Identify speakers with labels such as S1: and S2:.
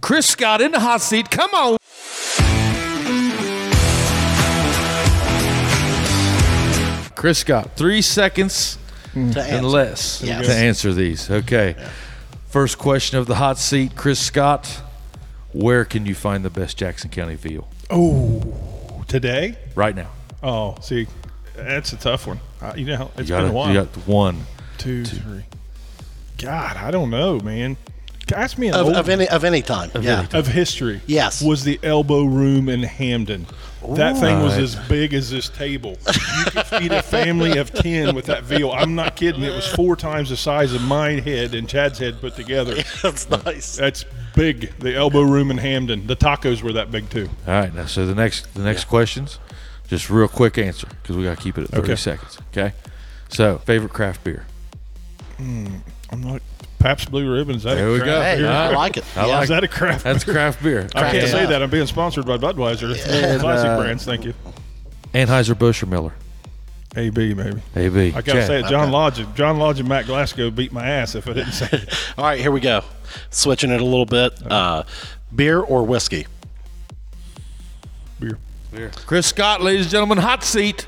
S1: Chris Scott in the hot seat. Come on. Chris Scott, three seconds
S2: To answer.
S1: and less
S2: Yes.
S1: to answer these. Okay. First question of the hot seat, Chris Scott. Where can you find the best Jackson County veal
S3: Oh, today?
S1: right now?
S3: Oh, see, that's a tough one. Uh, you know,
S1: You
S3: it's
S1: got,
S3: been
S1: a,
S3: a
S1: you
S3: while.
S1: got one.
S3: Two, three. God, I don't know, man. Ask me an
S2: Of,
S3: old
S2: of any of any time. yeah.
S3: of history.
S2: Yes.
S3: Was the elbow room in Hamden. That thing was as big as this table. You could feed a family of 10 with that veal. I'm not kidding. It was four times the size of my head and Chad's head put together.
S2: That's nice.
S3: That's big. The elbow room in Hamden. The tacos were that big too.
S1: All right. Now, so the next the next questions, just real quick answer because we got to keep it at 30
S3: Okay.
S1: seconds. Okay. So, favorite craft beer.
S3: I'm not. Pabst Blue Ribbon. Is that
S1: There
S3: a
S1: we
S3: craft
S1: go.
S2: Hey,
S3: beer?
S2: I
S1: Alright.
S2: like it.
S1: I
S2: Yeah.
S1: like
S3: Is that a craft
S1: That's
S3: beer?
S1: craft beer.
S3: I can't
S2: Yeah.
S3: say that. I'm being sponsored by Budweiser. It's one of the classic brands. Thank you.
S1: Anheuser Busch or Miller.
S3: AB, maybe.
S1: AB.
S3: I gotta
S1: Chad.
S3: say it. John Lodge, John Lodge and Matt Glasgow beat my ass if I didn't say it.
S2: All right, here we go. Switching it a little bit. Uh, beer or whiskey?
S3: beer.
S1: Chris Scott, ladies and gentlemen, hot seat.